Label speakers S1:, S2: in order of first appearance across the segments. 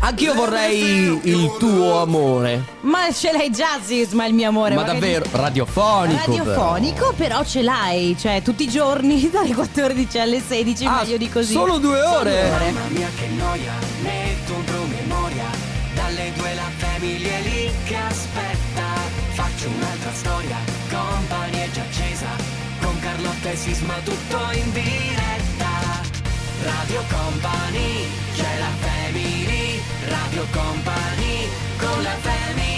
S1: Anch'io vorrei il tuo amore.
S2: Ma ce l'hai già, Sisma, il mio amore.
S1: Ma
S2: che
S1: davvero,
S2: dici?
S1: radiofonico. però.
S2: Radiofonico, però ce l'hai, cioè tutti i giorni dalle 14 alle 16,
S1: Ah,
S2: meglio di così.
S1: solo due ore?
S2: Solo due ore.
S3: Mamma mia che noia, metto un promemoria Dalle due la famiglia è lì che aspetta Faccio un'altra storia, compagnia già accesa Con Carlotta e Sisma tutto in diretta Radio Company, c'è la family Radio Company, con la family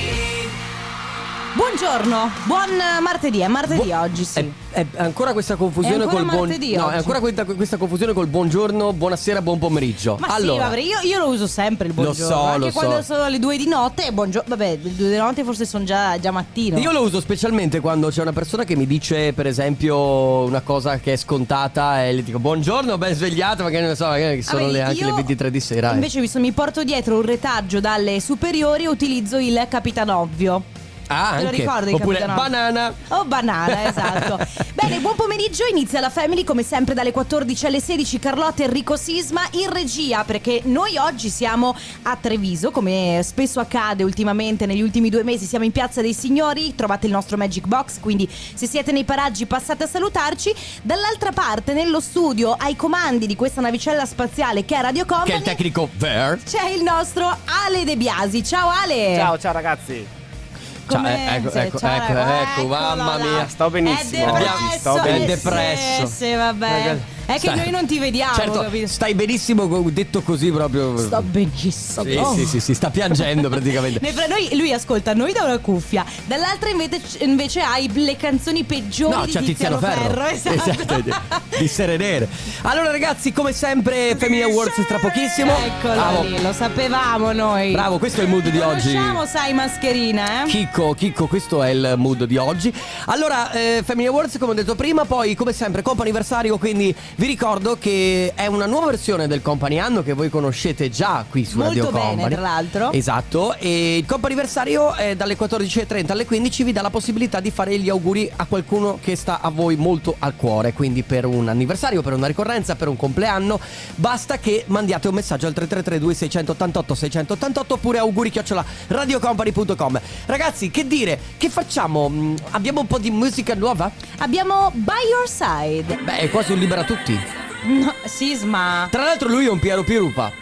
S2: Buongiorno, buon eh, martedì, è martedì
S1: Bu- eh,
S2: oggi, sì.
S1: È, è ancora questa confusione
S2: È ancora
S1: col buon-
S2: martedì
S1: No,
S2: oggi.
S1: è ancora questa, questa confusione col buongiorno, buonasera, buon pomeriggio.
S2: Ma sì,
S1: allora,
S2: vabbè, io, io lo uso sempre il buongiorno.
S1: so,
S2: anche
S1: lo so.
S2: quando sono le due di notte, buongiorno. Vabbè, le due di notte forse sono già, già mattino.
S1: Io lo uso specialmente quando c'è una persona che mi dice, per esempio, una cosa che è scontata e gli dico buongiorno, ben svegliato, perché non so, magari sono
S2: Vabbè,
S1: le- anche
S2: io
S1: le 23 di sera. eh.
S2: Invece, visto mi porto dietro un retaggio dalle superiori e utilizzo il Capitan Ovvio.
S1: ah,
S2: Te lo
S1: anche.
S2: ricordi il
S1: Oppure
S2: Capitan Obvio?
S1: banana.
S2: Oh, banana, esatto. Bene, buon pomeriggio. Inizia la Family come sempre dalle 14 alle 16. Carlotta Enrico Sisma in regia perché noi oggi siamo a Treviso, come spesso accade ultimamente negli ultimi due mesi. Siamo in Piazza dei Signori, trovate il nostro Magic Box, quindi se siete nei paraggi passate a salutarci. Dall'altra parte, nello studio, ai comandi di questa navicella spaziale che è Radio
S1: Che è
S2: Company,
S1: il tecnico Ver.
S2: c'è il nostro Ale De Biasi. Ciao
S1: Eh.
S2: Ale!
S4: Ciao, ciao ragazzi.
S2: Come-
S1: Ciao, eh, ecco,
S2: sì,
S1: ecco,
S2: ciao,
S1: ecco, ecco,
S2: eccolo
S1: mamma
S2: là.
S1: mia.
S4: Sto benissimo
S2: È
S4: oggi,
S2: depresso,
S4: sto benissimo.
S1: È depresso.
S2: Sì, sì, vabbè. È che
S1: Stai-
S2: noi non ti vediamo,
S1: Certo,
S2: capito?
S1: stai benissimo co- detto così proprio.
S2: Sto benissimo.
S1: Sì, sì, sì, sì, sta piangendo praticamente.
S2: Ne fra- noi- lui ascolta noi da una cuffia, dall'altra invece, invece hai le canzoni peggiori
S1: No,
S2: di
S1: c'è Tiziano Ferro.
S2: esatto.
S1: di- di Sere Nere. Allora, ragazzi, come sempre, Family Awards tra pochissimo.
S2: Eccolo
S1: Bravo.
S2: lì, lo sapevamo noi.
S1: Bravo, questo è il mood di oggi.
S2: Conosciamo, sai, mascherina, eh?
S1: Chicco, Chicco, questo è il mood di oggi. Allora, eh, Family Awards, come ho detto prima, poi come sempre, comp anniversario, quindi vi ricordo che è una nuova versione del companianno che voi conoscete già qui su
S2: Molto
S1: Radio
S2: bene,
S1: Company.
S2: tra l'altro.
S1: Esatto, e il comp anniversario eh, dalle 14.30 alle 15 vi dà la possibilità di fare gli auguri a qualcuno che sta a voi molto al cuore, quindi per un anniversario, per una ricorrenza, per un compleanno, basta che mandiate un messaggio al 333 2688 688 oppure auguri chiocciola radiocompany.com. Ragazzi, che dire? Che facciamo? Mm, Abbiamo un po' di musica nuova?
S2: Abbiamo By Your Side.
S1: Beh, è quasi un libera a tutti.
S2: No, sisma.
S1: Tra l'altro lui è un Piero Pirupa.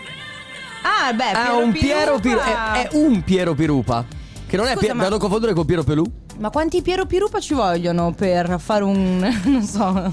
S2: Ah, beh,
S1: Ah, un Piero Pirupa.
S2: Pirupa.
S1: È, è un Piero Pirupa. Che non è
S2: Scusa,
S1: Pier-
S2: ma-
S1: da non confondere con Piero Pelù.
S2: Ma quanti Piero Pirupa ci vogliono per fare un... non so...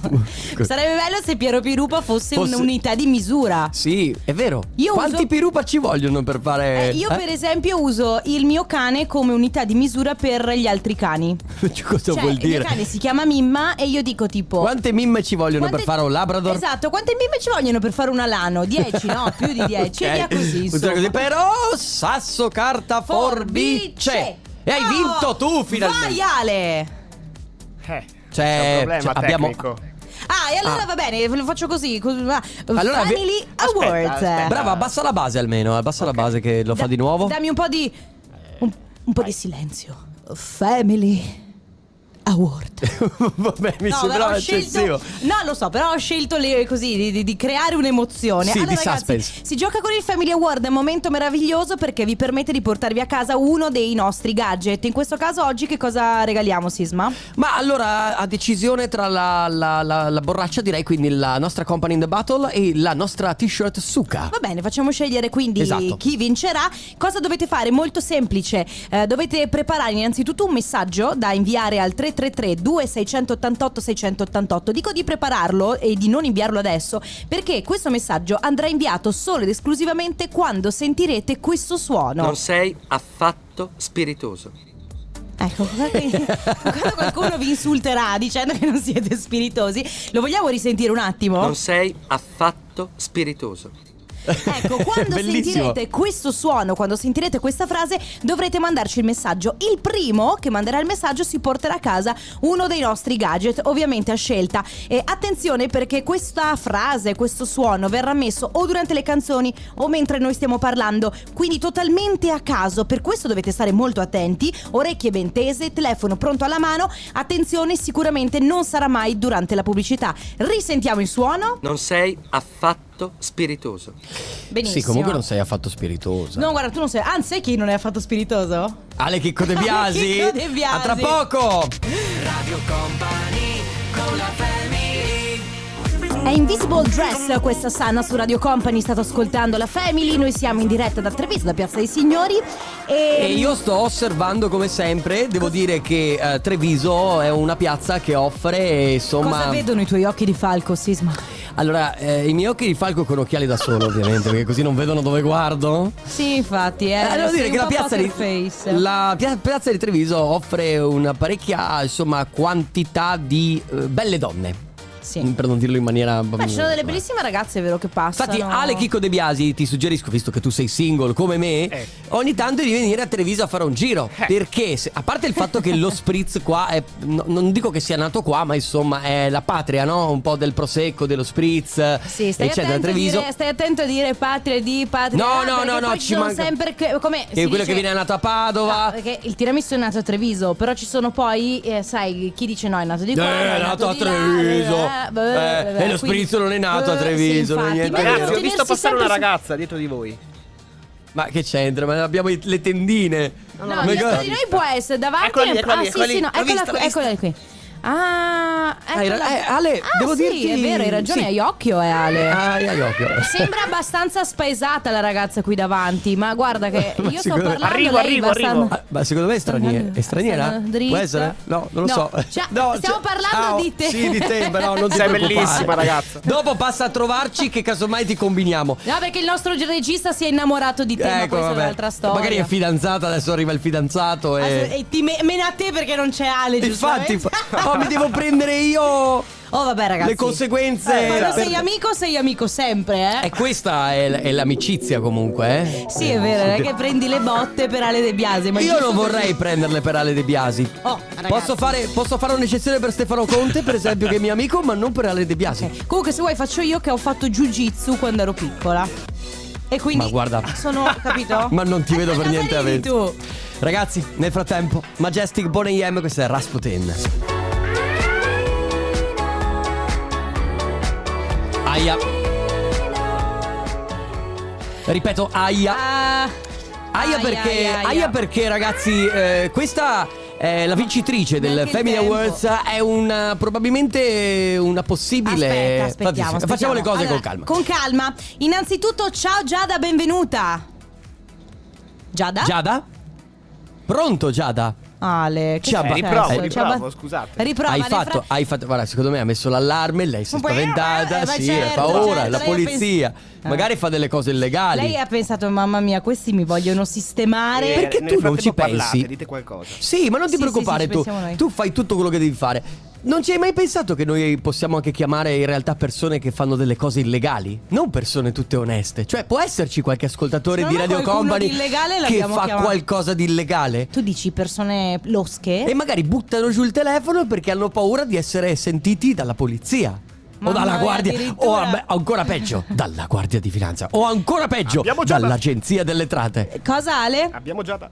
S2: Sarebbe bello se Piero Pirupa fosse,
S1: Fosse-
S2: un'unità di misura.
S1: Sì, è vero.
S2: Io
S1: Quanti
S2: uso-
S1: pirupa ci vogliono per fare.
S2: Eh, io
S1: eh?
S2: per esempio uso il mio cane come unità di misura per gli altri cani.
S1: Eh? Cosa
S2: cioè,
S1: vuol
S2: il
S1: dire?
S2: mio cane si chiama Mimma e io dico tipo...
S1: Quante mimme ci vogliono
S2: quante-
S1: per fare un Labrador?
S2: Esatto, quante mimme ci vogliono per fare un alano? 10, no, più di 10.
S1: Ok.
S2: E via così.
S1: Funziona
S2: insomma.
S1: così. Però, sasso, carta, forbice. E hai
S2: Oh,
S1: vinto tu finalmente.
S2: Vai Ale!
S4: Eh,
S1: Cioè,
S4: c'è un problema
S1: cioè, abbiamo-
S4: tecnico.
S2: Ah, e allora
S1: Ah.
S2: va bene, lo faccio così. così va.
S1: Allora, vi-
S2: Family
S4: Aspetta,
S2: Awards.
S4: aspetta.
S1: Brava, abbassa la base almeno. eh, Abbassa la base che lo fa
S2: eh. Da-
S1: di nuovo.
S2: Dammi un po' di. Un, un po' di silenzio. Family Award.
S1: Vabbè, mi
S2: No,
S1: sembrava
S2: ho scelto,
S1: eccessivo.
S2: no, lo so, però ho scelto le- così di, di- di creare un'emozione.
S1: Sì,
S2: allora,
S1: di
S2: ragazzi,
S1: suspense.
S2: si gioca con il Family Award, è un momento meraviglioso perché vi permette di portarvi a casa uno dei nostri gadget. In questo caso, oggi che cosa regaliamo, Sisma?
S1: Ma allora, a decisione tra la, la- la- la borraccia, direi quindi la nostra company in the battle e la nostra t-shirt Suka.
S2: Va bene, facciamo scegliere quindi
S1: Esatto.
S2: chi vincerà. Cosa dovete fare? Molto semplice. Eh, dovete preparare innanzitutto un messaggio da inviare al 333 2688 688. Dico di prepararlo e di non inviarlo adesso perché questo messaggio andrà inviato solo ed esclusivamente quando sentirete questo suono.
S5: Non sei affatto spiritoso.
S2: Ecco, guardate- quando qualcuno vi insulterà dicendo che non siete spiritosi, lo vogliamo risentire un attimo?
S5: Non sei affatto spiritoso.
S2: Ecco, quando
S1: Bellissimo.
S2: sentirete questo suono, quando sentirete questa frase, dovrete mandarci il messaggio. Il primo che manderà il messaggio si porterà a casa uno dei nostri gadget, ovviamente a scelta. E attenzione perché questa frase, questo suono verrà messo o durante le canzoni o mentre noi stiamo parlando, quindi totalmente a caso. Per questo dovete stare molto attenti, orecchie ben tese, telefono pronto alla mano. Attenzione, sicuramente non sarà mai durante la pubblicità. Risentiamo il suono.
S5: Non sei affatto affatto spiritoso.
S2: Benissimo.
S1: Sì, comunque non sei affatto spiritosa.
S2: No, guarda, tu non sei. Anzi, sai chi non è affatto spiritoso?
S1: Ale Chicco De Biasi.
S2: Chicco De Biasi.
S1: A tra poco.
S3: Radio Company con la family
S2: È Invisible Dress questa Sanna su Radio Company, state ascoltando la Family, noi siamo in diretta da Treviso, da Piazza dei Signori e,
S1: E io sto osservando come sempre, devo dire che eh, Treviso è una piazza che offre insomma...
S2: cosa vedono i tuoi occhi di falco, Sisma?
S1: Allora, eh, i miei occhi di falco con occhiali da solo ovviamente, perché così non vedono dove guardo.
S2: Sì, infatti, eh,
S1: Eh, devo
S2: sei
S1: dire
S2: un
S1: che la
S2: po'
S1: piazza, di,
S2: poker face.
S1: la pia- piazza di Treviso offre una parecchia insomma, quantità di eh, belle donne,
S2: Sì.
S1: per non dirlo in maniera...
S2: Beh, ci sono delle bellissime ragazze, è vero che passano.
S1: Infatti, Ale Chicco De Biasi, ti suggerisco, visto che tu sei single come me,
S4: Eh.
S1: ogni tanto di venire a Treviso a fare un giro.
S4: Eh.
S1: Perché, se- a parte il fatto che lo spritz qua, è- no- non dico che sia nato qua, ma insomma è la patria, no? Un po' del prosecco, dello spritz,
S2: Sì, stai
S1: eccetera.
S2: attento, a
S1: Treviso.
S2: dire, stai attento a dire patria di patria.
S1: No,
S2: ah,
S1: no,
S2: perché
S1: no, no,
S2: poi
S1: ci
S2: sono
S1: manca.
S2: sempre che- come
S1: Che
S2: si
S1: quello
S2: dice-
S1: che viene nato a Padova.
S2: No, Ah, perché il tiramisù è nato a Treviso, però ci sono poi, eh, sai, chi dice no è nato di qua.
S1: Eh,
S2: no,
S1: è nato a
S2: di là,
S1: Treviso.
S2: eh, beh,
S1: Eh,
S2: beh,
S1: e lo
S2: quindi-
S1: spritz non è nato a
S2: eh,
S1: Treviso, non
S2: Sì,
S1: niente.
S2: infatti,
S1: Ragazzi,
S4: Ragazzi,
S2: meglio
S4: ho visto
S2: tenersi
S4: passare una
S2: sempre su-
S4: ragazza dietro di voi.
S1: Ma che c'entra? Ma abbiamo i- le tendine.
S4: No,
S2: No,
S1: Ma
S2: dietro
S1: cosa-
S2: di noi può essere davanti.
S4: Eccola lì, eccola
S2: ah,
S4: lì,
S2: sì,
S4: eccola
S2: sì,
S4: lì.
S2: no,
S4: L'ho
S2: eccola,
S4: vista,
S2: qui,
S4: l'ho vista.
S2: eccola qui. Ah,
S1: Hai ra-
S2: eccola.
S1: eh, Ale,
S2: Ah,
S1: devo
S2: sì,
S1: dirti-
S2: è vero, hai ragione,
S1: sì.
S2: hai occhio, eh, Ale.
S1: Ah, io occhio.
S2: Sembra abbastanza spaesata la ragazza qui davanti, ma guarda che
S1: Ma
S2: io sto
S1: sicuro-
S2: parlando
S4: Arrivo,
S2: lei
S4: arrivo,
S2: abbastanza-
S4: arrivo.
S1: Ah, Ma secondo me è straniera. È straniera?
S2: Stanno dritta.
S1: Può essere? No, non lo
S2: No,
S1: so.
S2: cioè,
S1: No,
S2: stiamo parlando
S1: ciao.
S2: di te.
S1: Sì, di te, però non ti
S4: Sei
S1: preoccupare.
S4: bellissima, ragazza.
S1: Dopo passa a trovarci che casomai ti combiniamo.
S2: No, perché il nostro regista si è innamorato di te, ma
S1: Ecco,
S2: questa
S1: vabbè.
S2: è un'altra storia.
S1: Magari è fidanzata, adesso arriva il fidanzato
S2: Ah, se-
S1: e...
S2: E ti me- mena a te perché non c'è Ale,
S1: Eh. Infatti,
S2: giustamente.
S1: oh, mi devo prendere io
S2: Oh, vabbè, ragazzi. Eh,
S1: le conseguenze.
S2: Quando
S1: per- Ecco.
S2: sei amico, sei amico sempre, eh.
S1: E questa è, l- è l'amicizia comunque, eh?
S2: Sì, è vero, non è che prendi le botte per Ale De Biasi. Ma è
S1: Io
S2: giusto
S1: non
S2: così.
S1: vorrei prenderle per Ale De Biasi.
S2: Oh, ragazzi.
S1: Posso fare, posso fare un'eccezione per Stefano Conte, per esempio, che è mio amico, ma non per Ale De Biasi.
S2: Comunque, se vuoi, faccio io che ho fatto jiu-jitsu quando ero piccola. E quindi.
S1: Ma guarda.
S2: Sono, capito?
S1: Ma non ti vedo per
S2: Cosa
S1: niente a
S2: ridi tu.
S1: Ragazzi, nel frattempo, Majestic Bone IM, questo è Rasputin. Aia. Ripeto, aia.
S2: Ah,
S1: Aia perché,
S2: aia, aia.
S1: aia perché, ragazzi, eh, questa è la vincitrice del
S2: Neanche il
S1: Family
S2: tempo.
S1: Awards. È una, probabilmente una possibile.
S2: Aspetta,
S1: Facciamo
S2: aspettiamo, aspettiamo.
S1: le cose
S2: Allora,
S1: con calma.
S2: Con calma. Innanzitutto, ciao Giada, benvenuta. Giada?
S1: Giada? Pronto, Giada?
S2: Ale, che
S1: Ciao,
S2: successo?
S4: riprovo,
S2: Ciao,
S4: riprovo,
S2: ba-
S4: scusate.
S2: Riprova,
S1: hai
S2: le
S1: fatto,
S2: fra-
S1: hai fatto. Guarda, secondo me ha messo l'allarme. Lei si è
S2: Ma poi-
S1: spaventata.
S2: eh, ma
S1: sì, ha
S2: certo,
S1: paura.
S2: certo,
S1: la
S2: lei ha pens-
S1: polizia.
S2: Ah.
S1: Magari fa delle cose illegali.
S2: Lei ha pensato, mamma mia, questi mi vogliono sistemare.
S1: Perché
S4: Eh, nel
S1: tu non ci
S4: frattempo parlate,
S1: pensi?
S4: Dite qualcosa.
S1: Sì, ma non ti
S2: Sì, sì,
S1: preoccupare
S2: sì, ci
S1: tu.
S2: pensiamo noi.
S1: Tu fai tutto quello che devi fare. Non ci hai mai pensato che noi possiamo anche chiamare in realtà persone che fanno delle cose illegali? Non persone tutte oneste. Cioè, può esserci qualche ascoltatore
S2: Secondo
S1: di
S2: me
S1: Radio
S2: qualcuno
S1: Company
S2: di illegale
S1: che
S2: l'abbiamo
S1: fa
S2: chiamato.
S1: qualcosa di illegale?
S2: Tu dici persone losche?
S1: E magari buttano giù il telefono perché hanno paura di essere sentiti dalla polizia. o
S2: Mamma
S1: dalla
S2: mia,
S1: guardia, o
S2: addirittura.
S1: vabbè, ancora peggio, dalla guardia di finanza, o ancora peggio,
S4: Abbiamo già-
S1: dall'agenzia delle entrate.
S2: Cosa Ale?
S4: Abbiamo già da-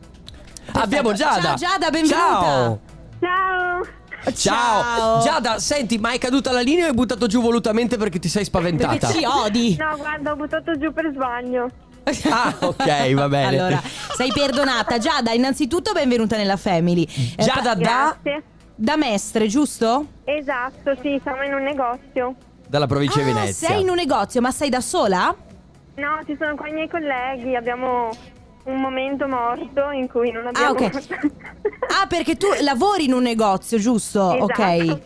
S1: Abbiamo Giada.
S2: Eh, Ciao, Giada, benvenuta.
S1: Ciao.
S6: Ciao!
S1: Ciao.
S2: Ciao.
S1: Giada, senti, ma è caduta la linea o hai buttato giù volutamente perché ti sei
S2: Perché
S1: spaventata?
S2: ci odi?
S6: No, guarda, ho buttato giù per sbaglio.
S1: Ah, ok, va bene.
S2: Allora, sei perdonata. Giada, innanzitutto benvenuta nella Family. Eh,
S1: Giada da,
S6: Grazie.
S2: da Mestre, giusto?
S6: Esatto, sì, siamo in un negozio.
S1: dalla provincia
S2: ah,
S1: di Venezia.
S2: sei in un negozio, ma sei da sola?
S6: No, ci sono qua i miei colleghi, abbiamo un momento morto in cui non
S2: Ah,
S6: abbiamo...
S2: ok. Ah, perché tu lavori in un negozio, giusto? Ah, Ok.
S6: Esatto.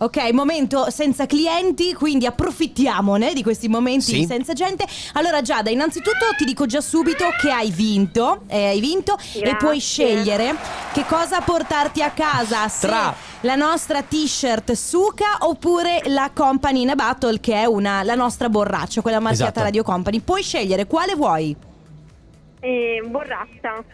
S2: Ok, momento senza clienti, quindi approfittiamone di questi momenti
S1: Sì.
S2: senza gente. Allora Giada, innanzitutto ti dico già subito che hai vinto, eh, hai vinto e
S6: Grazie.
S2: puoi scegliere che cosa portarti a casa, se
S1: Tra.
S2: la nostra t-shirt Suka oppure la Companina Battle che è una, la nostra borraccia, quella marchiata
S1: Esatto.
S2: Radio Company. Puoi scegliere quale vuoi.
S6: E borraccia.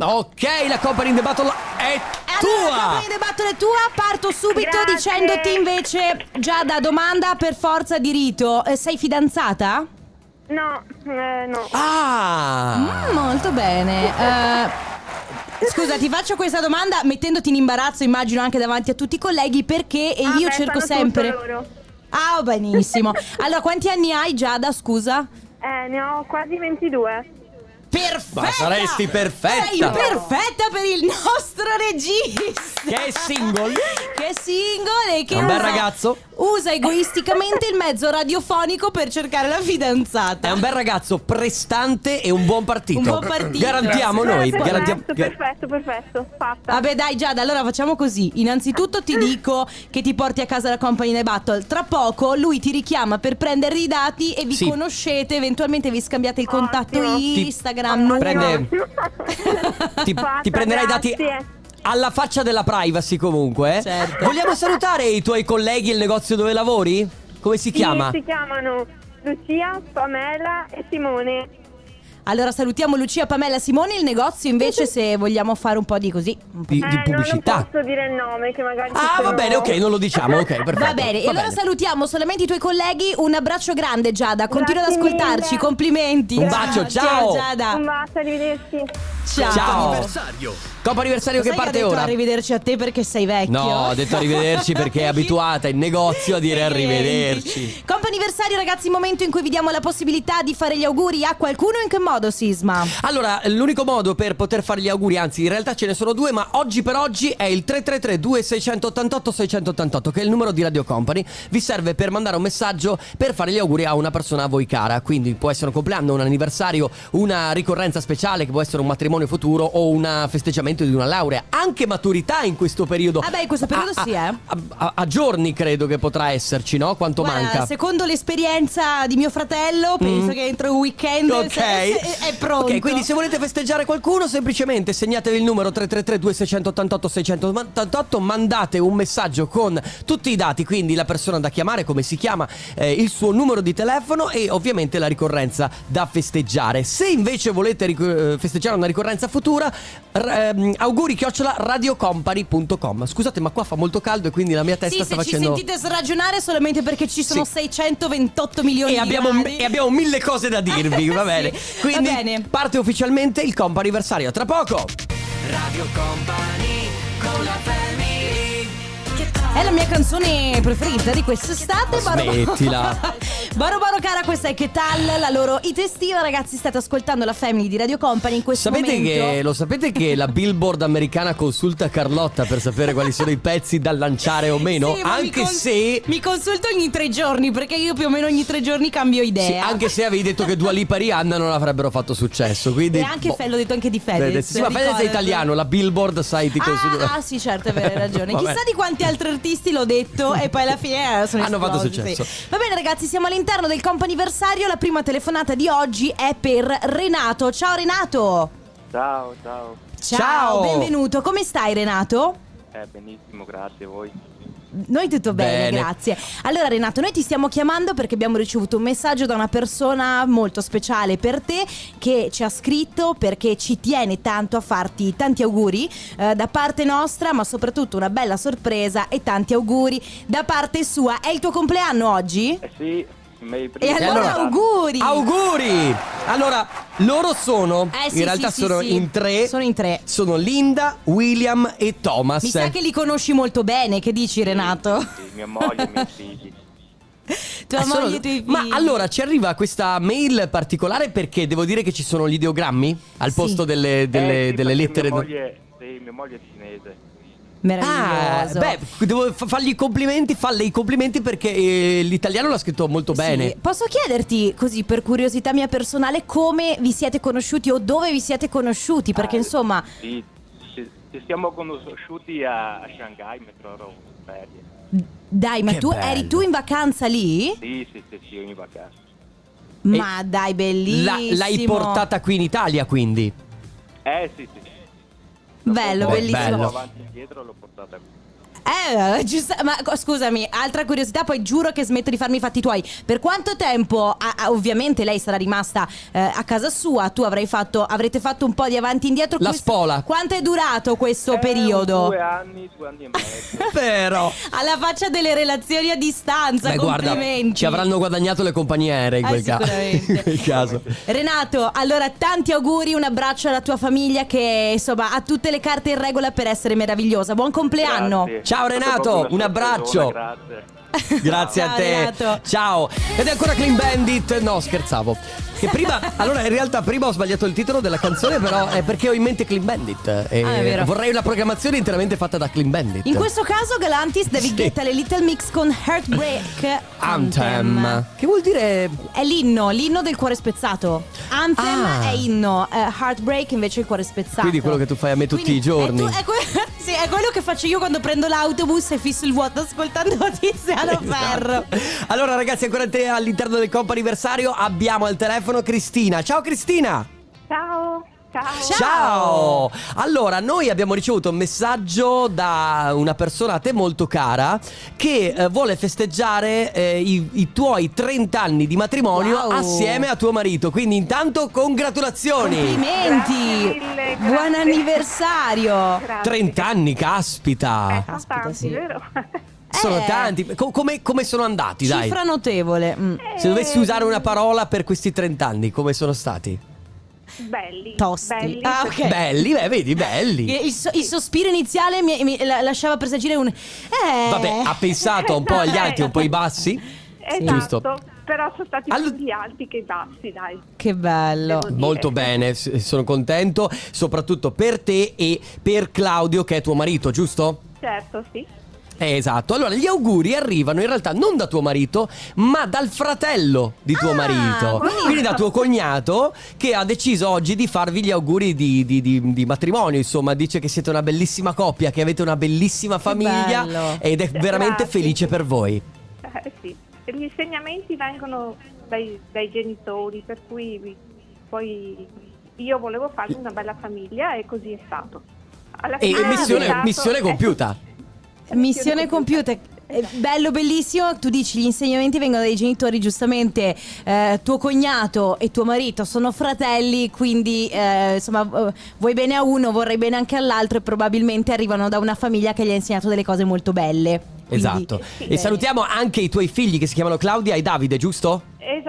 S1: Ok, la company in the battle è
S2: Allora,
S1: tua.
S2: Company The Battle è tua, parto subito
S6: Grazie.
S2: dicendoti invece Giada, domanda per forza di rito, Eh, sei fidanzata?
S6: No, eh, no.
S1: Ah!
S2: Mm, molto bene. Eh, scusa, ti faccio questa domanda mettendoti in imbarazzo, immagino anche davanti a tutti i colleghi, perché e
S6: Ah,
S2: io
S6: beh,
S2: cerco
S6: fanno tutto
S2: sempre.
S6: loro.
S2: Ah, benissimo. Allora, quanti anni hai Giada, scusa?
S6: Eh, ne ho quasi 22.
S2: Perfetta!
S1: Ma saresti perfetta!
S2: Sei perfetta per il nostro regista!
S1: Che è single.
S2: Che è single e che
S1: È un bel
S2: usa-
S1: ragazzo.
S2: Usa egoisticamente il mezzo radiofonico per cercare la fidanzata.
S1: È un bel ragazzo prestante e un buon partito.
S2: Un buon partito.
S1: Garantiamo
S2: Grazie.
S1: noi.
S2: Grazie.
S1: garantiamo-
S6: Perfetto, perfetto, perfetto. Fatta.
S2: Vabbè dai Giada, allora facciamo così. Innanzitutto ti dico che ti porti a casa la company nei battle. Tra poco lui ti richiama per prendergli i dati e vi
S1: Sì.
S2: conoscete, eventualmente vi scambiate il contatto
S6: Ottimo.
S1: Ti-
S2: Instagram.
S6: Ottimo.
S1: Prende- ti,
S6: Fatta,
S1: ti prenderai i dati
S6: grazie.
S1: alla faccia della privacy comunque. eh.
S2: Certo.
S1: Vogliamo salutare i tuoi colleghi e il negozio dove lavori? Come si chiama?
S6: Sì, si chiamano Lucia, Pamela e Simone.
S2: Allora salutiamo Lucia, Pamela, Simone, il negozio invece se vogliamo fare un po' di così. un po'.
S1: Di,
S6: eh,
S1: di
S6: no,
S1: pubblicità.
S6: Non posso dire il nome che magari... ci
S1: Ah, va
S6: sono-
S1: bene, ok, non lo diciamo, ok, perfetto.
S2: Va bene, e allora salutiamo solamente i tuoi colleghi. Un abbraccio grande Giada, continua ad
S6: Grazie mille.
S2: ascoltarci, complimenti.
S1: Un bacio, ciao.
S6: Un
S2: Giada.
S6: bacio, arrivederci.
S2: Ciao.
S1: Coppa anniversario
S2: Lo
S1: che
S2: sai ho
S1: parte
S2: detto
S1: ora.
S2: Arrivederci a te perché sei vecchio.
S1: No, ho detto arrivederci perché è abituata in negozio a dire arrivederci.
S2: Comp'anniversario ragazzi, il momento in cui vi diamo la possibilità di fare gli auguri a qualcuno in che modo Sisma?
S1: Allora, l'unico modo per poter fare gli auguri, anzi in realtà ce ne sono due, ma oggi per oggi è il 333-2688-688, che è il numero di Radio Company. Vi serve per mandare un messaggio per fare gli auguri a una persona a voi cara, quindi può essere un compleanno, un anniversario, una ricorrenza speciale, che può essere un matrimonio futuro o un festeggiamento di una laurea, anche maturità in questo periodo.
S2: Ah, beh, in questo periodo
S1: a,
S2: sì, eh.
S1: A, a- a giorni credo che potrà esserci, no? Quanto
S2: Guarda,
S1: manca? Mm.
S2: Secondo l'esperienza di mio fratello, penso che entro il weekend
S1: Ok.
S2: se- se- è pronto.
S1: Ok, quindi se volete festeggiare qualcuno, semplicemente segnatevi il numero 333-2688-688, mandate un messaggio con tutti i dati, quindi la persona da chiamare, come si chiama, eh, il suo numero di telefono e ovviamente la ricorrenza da festeggiare. Se invece volete ric- eh, festeggiare una ricorrenza futura, r- ehm, auguri chiocciola radiocompany.com. Scusate, ma qua fa molto caldo e quindi la mia testa
S2: sì, se
S1: sta facendo...
S2: ci sentite sragionare solamente perché ci sono
S1: Sì.
S2: 628 milioni
S1: E
S2: di
S1: abbiamo,
S2: gradi.
S1: e abbiamo mille cose da dirvi, va
S2: Sì,
S1: bene.
S2: va
S1: Quindi
S2: bene.
S1: parte ufficialmente il compa anniversario. Tra poco.
S2: È la mia canzone preferita di quest'estate. Baro-
S1: Smettila.
S2: Baro Baro cara, questa è Che Tal, la loro hit estiva. Ragazzi, state ascoltando la Family di Radio Company in questo
S1: Sapete
S2: momento.
S1: che, lo sapete che la Billboard americana consulta Carlotta per sapere quali sono i pezzi da lanciare o meno?
S2: Sì, ma mi
S1: anche
S2: cons-
S1: se.
S2: Mi consulto ogni tre giorni perché io più o meno ogni tre giorni cambio idea.
S1: sì, anche se avevi detto che Dua Lipa e Rihanna non avrebbero fatto successo. Quindi,
S2: E anche
S1: boh.
S2: Fe- l'ho detto anche di Fedez.
S1: Fedez. Sì, ma Fedez è
S2: ricordati.
S1: italiano, la Billboard, sai, ti consulta.
S2: Ah, ah, sì, certo, hai ragione.
S1: Vabbè.
S2: Chissà di quanti altri artisti l'ho detto e poi alla fine eh, sono
S1: Hanno fatto
S2: esplosi,
S1: successo.
S2: sì. Va bene, ragazzi, siamo all'interno del comp'anniversario. La prima telefonata di oggi è per Renato. Ciao Renato.
S7: Ciao, ciao.
S1: Ciao.
S2: benvenuto. Come stai Renato?
S7: Eh, benissimo, grazie a voi.
S2: Noi tutto bene,
S1: Bene.
S2: grazie. Allora Renato, noi ti stiamo chiamando perché abbiamo ricevuto un messaggio da una persona molto speciale per te che ci ha scritto perché ci tiene tanto a farti tanti auguri eh, da parte nostra, ma soprattutto una bella sorpresa e tanti auguri da parte sua. È il tuo compleanno oggi?
S7: Eh sì, me
S2: E allora,
S1: allora-
S2: auguri!
S1: Auguri! Allora, loro sono,
S2: Eh, sì,
S1: in realtà
S2: sì, sì,
S1: sono
S2: sì.
S1: in tre.
S2: Sono in tre.
S1: Sono Linda, William e Thomas.
S2: Mi sa che li conosci molto bene, che dici Renato?
S7: Sì, mia moglie e i miei figli.
S2: Tua
S1: Eh, sono-
S2: moglie e i tuoi figli.
S1: Ma allora ci arriva questa mail particolare perché devo dire che ci sono gli ideogrammi al
S2: Sì.
S1: posto delle, delle-
S7: Eh sì,
S1: delle
S7: perché
S1: lettere.
S7: Mia moglie, sì, mia moglie è cinese.
S1: Ah,
S2: Meraviglioso.
S1: beh, devo fa- fargli i complimenti, falle i complimenti perché eh, l'italiano l'ha scritto molto bene.
S2: Sì. Posso chiederti, così per curiosità mia personale, come vi siete conosciuti o dove vi siete conosciuti? Perché
S7: Ah,
S2: insomma,
S7: Sì, ci, ci siamo conosciuti a, a Shanghai mentre ero in ferie.
S2: dai, ma
S1: Che
S2: tu
S1: bello.
S2: eri tu in vacanza lì?
S7: Sì, sì, sì, sì, io in vacanza.
S2: Ma dai,
S1: La-
S2: bellissimo.
S1: l'hai portata qui in Italia quindi.
S7: Eh sì, sì. sì.
S2: Bello,
S7: Dopo un po'
S2: bellissimo.
S1: Oh, Bello.
S7: Avanti e indietro l'ho portata qui.
S2: Eh, giusto, ma co- scusami, altra curiosità, poi giuro che smetto di farmi i fatti tuoi. Per quanto tempo, ah, ah, ovviamente lei sarà rimasta eh, a casa sua, tu avrai fatto, avrete fatto un po' di avanti e indietro.
S1: La spola.
S2: Quanto è durato questo
S7: Eh, un
S2: periodo?
S7: Due anni, due anni e mezzo.
S1: Però.
S2: Alla faccia delle relazioni a distanza,
S1: Beh, guarda,
S2: complimenti.
S1: ci avranno guadagnato le compagnie aeree in
S2: Ah,
S1: quel, ca-
S2: sicuramente.
S1: in quel caso.
S2: Renato, allora tanti auguri, un abbraccio alla tua famiglia che insomma ha tutte le carte in regola per essere meravigliosa. Buon compleanno.
S7: Grazie.
S1: Ciao
S7: È stata proprio
S1: Renato,
S7: una
S1: un abbraccio.
S7: sorpresona, Grazie.
S1: Grazie a
S2: Ciao,
S1: te.
S2: Renato.
S1: Ciao. Ed è ancora Clean Bandit. No, scherzavo. Che prima, allora in realtà prima ho sbagliato il titolo della canzone, però è perché ho in mente Clean Bandit. E
S2: Ah, è vero.
S1: vorrei una programmazione interamente fatta da Clean Bandit.
S2: In questo caso Galantis, David
S1: Sì.
S2: Guetta, le Little Mix con Heartbreak Eh,
S1: Anthem. Che vuol dire
S2: È l'inno, l'inno del cuore spezzato. Anthem
S1: Ah.
S2: è inno, eh, Heartbreak invece è il cuore spezzato.
S1: Quindi quello che tu fai a me tutti
S2: Quindi
S1: i giorni.
S2: È, tu- è que- sì, è quello che faccio io quando prendo l'autobus e fisso il vuoto ascoltando
S1: Esatto.
S2: Tiziano Ferro.
S1: Allora ragazzi, ancora te all'interno del comp anniversario abbiamo al telefono Cristina. Ciao Cristina!
S6: Ciao, ciao.
S1: Ciao! Allora, noi abbiamo ricevuto un messaggio da una persona a te molto cara che eh, vuole festeggiare eh, i, i tuoi 30 anni di matrimonio
S2: Wow.
S1: assieme a tuo marito. Quindi intanto congratulazioni!
S2: Complimenti!
S6: Grazie mille, grazie.
S2: Buon anniversario!
S6: Grazie.
S1: 30 anni,
S6: Eh,
S1: caspita!
S6: sono
S2: Caspita,
S6: tanti,
S2: sì.
S6: vero?
S1: Sono
S2: Eh.
S1: tanti. Co- come, come sono andati, dai?
S2: Cifra notevole. mm.
S1: Se dovessi usare una parola per questi 30 anni, come sono stati?
S6: Belli.
S2: Tosti.
S6: Belli.
S2: Ah, ok.
S1: Belli, beh, vedi, belli.
S2: Il, il so- il sospiro iniziale mi, mi la- lasciava presagire un... Eh.
S1: Vabbè, ha pensato un po' agli alti, un po' ai bassi.
S6: Esatto,
S1: Giusto.
S6: però sono stati
S1: Allo-
S6: più gli alti che i bassi, dai.
S2: Che bello.
S6: Devo dire.
S1: Molto bene, s- sono contento, soprattutto per te e per Claudio che è tuo marito, giusto?
S6: Certo, sì.
S1: Eh, esatto, allora gli auguri arrivano in realtà non da tuo marito, ma dal fratello di tuo
S2: Ah,
S1: marito,
S2: buono.
S1: quindi da tuo cognato che ha deciso oggi di farvi gli auguri di, di- di- di matrimonio, insomma dice che siete una bellissima coppia, che avete una bellissima famiglia
S2: bello.
S1: ed è veramente
S6: Grazie.
S1: felice per voi.
S6: Eh, sì. E Gli insegnamenti vengono dai, dai genitori, per cui vi- poi io volevo farmi una bella famiglia e così è stato. Alla
S1: E
S6: fine ho
S1: missione-
S6: pensato-
S1: missione compiuta.
S6: Eh,
S2: Missione compiuta. Eh, Bello, bellissimo. Tu dici gli insegnamenti vengono dai genitori, giustamente. eh, tuo cognato e tuo marito sono fratelli, quindi eh, insomma eh, vuoi bene a uno, vorrai bene anche all'altro e probabilmente arrivano da una famiglia che gli ha insegnato delle cose molto belle. Quindi-
S1: Esatto.
S6: sì,
S1: e
S6: beh.
S1: salutiamo anche i tuoi figli che si chiamano Claudia e Davide, giusto?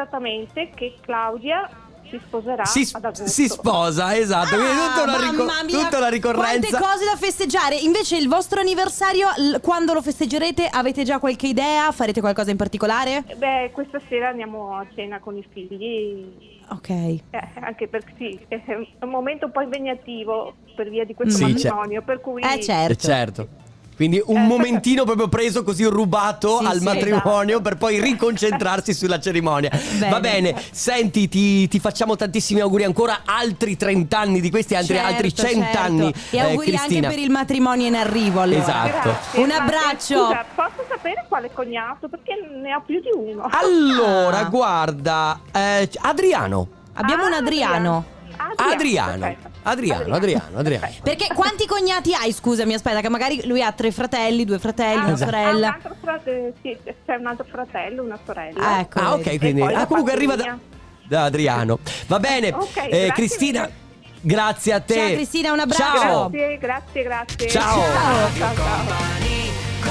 S6: Esattamente, che Claudia si sposerà
S1: si, sp-
S6: ad agosto.
S1: si sposa, esatto. Quindi
S2: Ah,
S1: tutta una, ricor-
S2: mamma mia,
S1: tutta una
S2: Quante
S1: ricorrenza.
S2: cose da festeggiare. Invece il vostro anniversario, l- quando lo festeggerete, avete già qualche idea? Farete qualcosa in particolare?
S6: Eh, Beh, questa sera andiamo a cena con i figli,
S2: Ok.
S6: eh, anche perché sì, è un momento un po' impegnativo per via di questo
S1: Sì, c'è-
S6: matrimonio, per cui
S2: Eh
S1: Eh,
S2: certo.
S1: certo. Quindi un
S6: Eh.
S1: momentino proprio preso così rubato
S2: Sì,
S1: al
S2: sì, esatto.
S1: matrimonio per poi riconcentrarsi sulla cerimonia. Va
S2: Bene.
S1: bene, senti, ti, ti facciamo tantissimi auguri ancora, altri 30 anni di questi, altri,
S2: Certo,
S1: altri 100
S2: certo.
S1: anni.
S2: E
S1: eh,
S2: auguri anche
S1: Cristina.
S2: per il matrimonio in arrivo allora.
S1: Esatto.
S6: Grazie,
S2: Un
S6: ma, eh,
S2: abbraccio.
S6: scusa, posso sapere quale cognato? Perché ne ho più di uno.
S1: Allora,
S2: Ah.
S1: guarda, eh, Adriano.
S2: Abbiamo un
S6: Ah,
S2: Adriano.
S1: Adriano.
S6: perfetto.
S1: Adriano, Adriano, Adriano.
S6: perfetto.
S2: Perché quanti cognati hai? Scusami, aspetta, che magari lui ha tre fratelli, due fratelli, una
S6: Ah,
S1: Esatto.
S2: sorella.
S6: ah, un altro frate- sì, c'è un altro fratello, una sorella.
S2: Ah, ecco.
S1: Ah,
S2: vedi.
S1: ok, quindi.
S6: E poi
S1: Ah,
S6: la
S1: comunque arriva da,
S6: pandemia.
S1: da Adriano. Va bene.
S6: Ok,
S1: Eh,
S6: grazie
S1: Cristina,
S6: mille.
S1: grazie a te.
S2: Ciao, Cristina, un abbraccio.
S1: Ciao.
S6: Grazie, grazie, grazie.
S1: Ciao.
S6: ciao, ciao.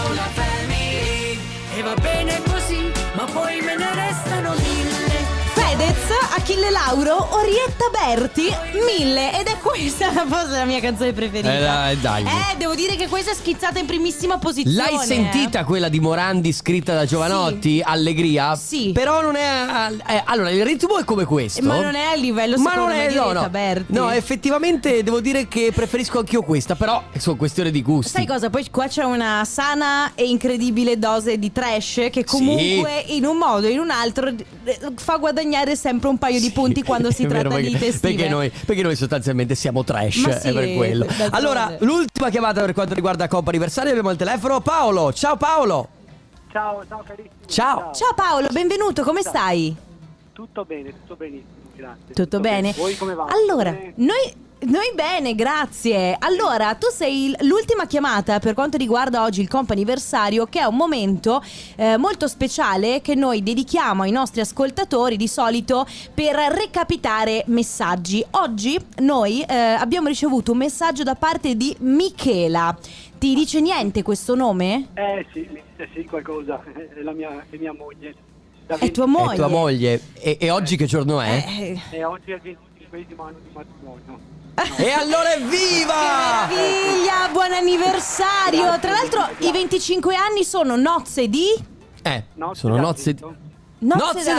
S8: E va bene così, ma poi me ne restano mille.
S2: Fedez, Achille Lauro, Orietta Berti, mille. Ed è questa la, forse la mia canzone preferita.
S1: Eh, dai, dai.
S2: Eh, devo dire che questa è schizzata in primissima posizione. eh.
S1: L'hai sentita quella di Morandi scritta da Giovanotti? Allegria?
S2: Sì.
S1: Però non è. eh, allora, il ritmo è come questo.
S2: Ma non è a livello,
S1: Ma
S2: secondo
S1: non
S2: me,
S1: è
S2: di
S1: no,
S2: Orietta
S1: no.
S2: Berti.
S1: No, effettivamente devo dire che preferisco anch'io questa, però è solo questione di gusti.
S2: Sai cosa? Poi qua c'è una sana e incredibile dose di trash che comunque in un modo o in un altro eh, fa guadagnare sempre un paio di punti quando si
S1: È vero,
S2: tratta di
S1: perché-
S2: testive.
S1: Perché noi, perché noi sostanzialmente siamo trash,
S2: eh. Ma
S1: è
S2: sì,
S1: per quello.
S2: d'altronde.
S1: Allora, l'ultima chiamata per quanto riguarda Coppa Anniversario, abbiamo al telefono Paolo. Ciao Paolo!
S9: Ciao, ciao carissimi.
S1: Ciao.
S2: Ciao Paolo, benvenuto, come
S9: Ciao.
S2: stai?
S9: Tutto bene, tutto benissimo, grazie.
S2: Tutto, bene?
S9: Voi come va?
S2: Allora,
S9: Bene?
S2: noi... Noi bene, grazie. Allora, tu sei il- l'ultima chiamata per quanto riguarda oggi il comp anniversario, che è un momento eh, molto speciale che noi dedichiamo ai nostri ascoltatori di solito per recapitare messaggi. Oggi noi eh, abbiamo ricevuto un messaggio da parte di Michela. Ti dice niente questo nome?
S9: Eh sì, mi dice sì qualcosa, è la mia, è mia moglie. Da
S2: È tua
S9: 20
S2: moglie.
S1: È tua moglie. E, e oggi che giorno è?
S2: Eh,
S9: E oggi è il 25 anno di matrimonio.
S1: E allora
S2: Che
S1: evviva!
S2: meraviglia! Buon anniversario.
S9: Grazie,
S2: Tra l'altro,
S9: grazie.
S2: i 25 anni sono nozze di.
S1: Eh,
S9: Nozze
S1: sono nozze.
S9: d'argento.
S1: Nozze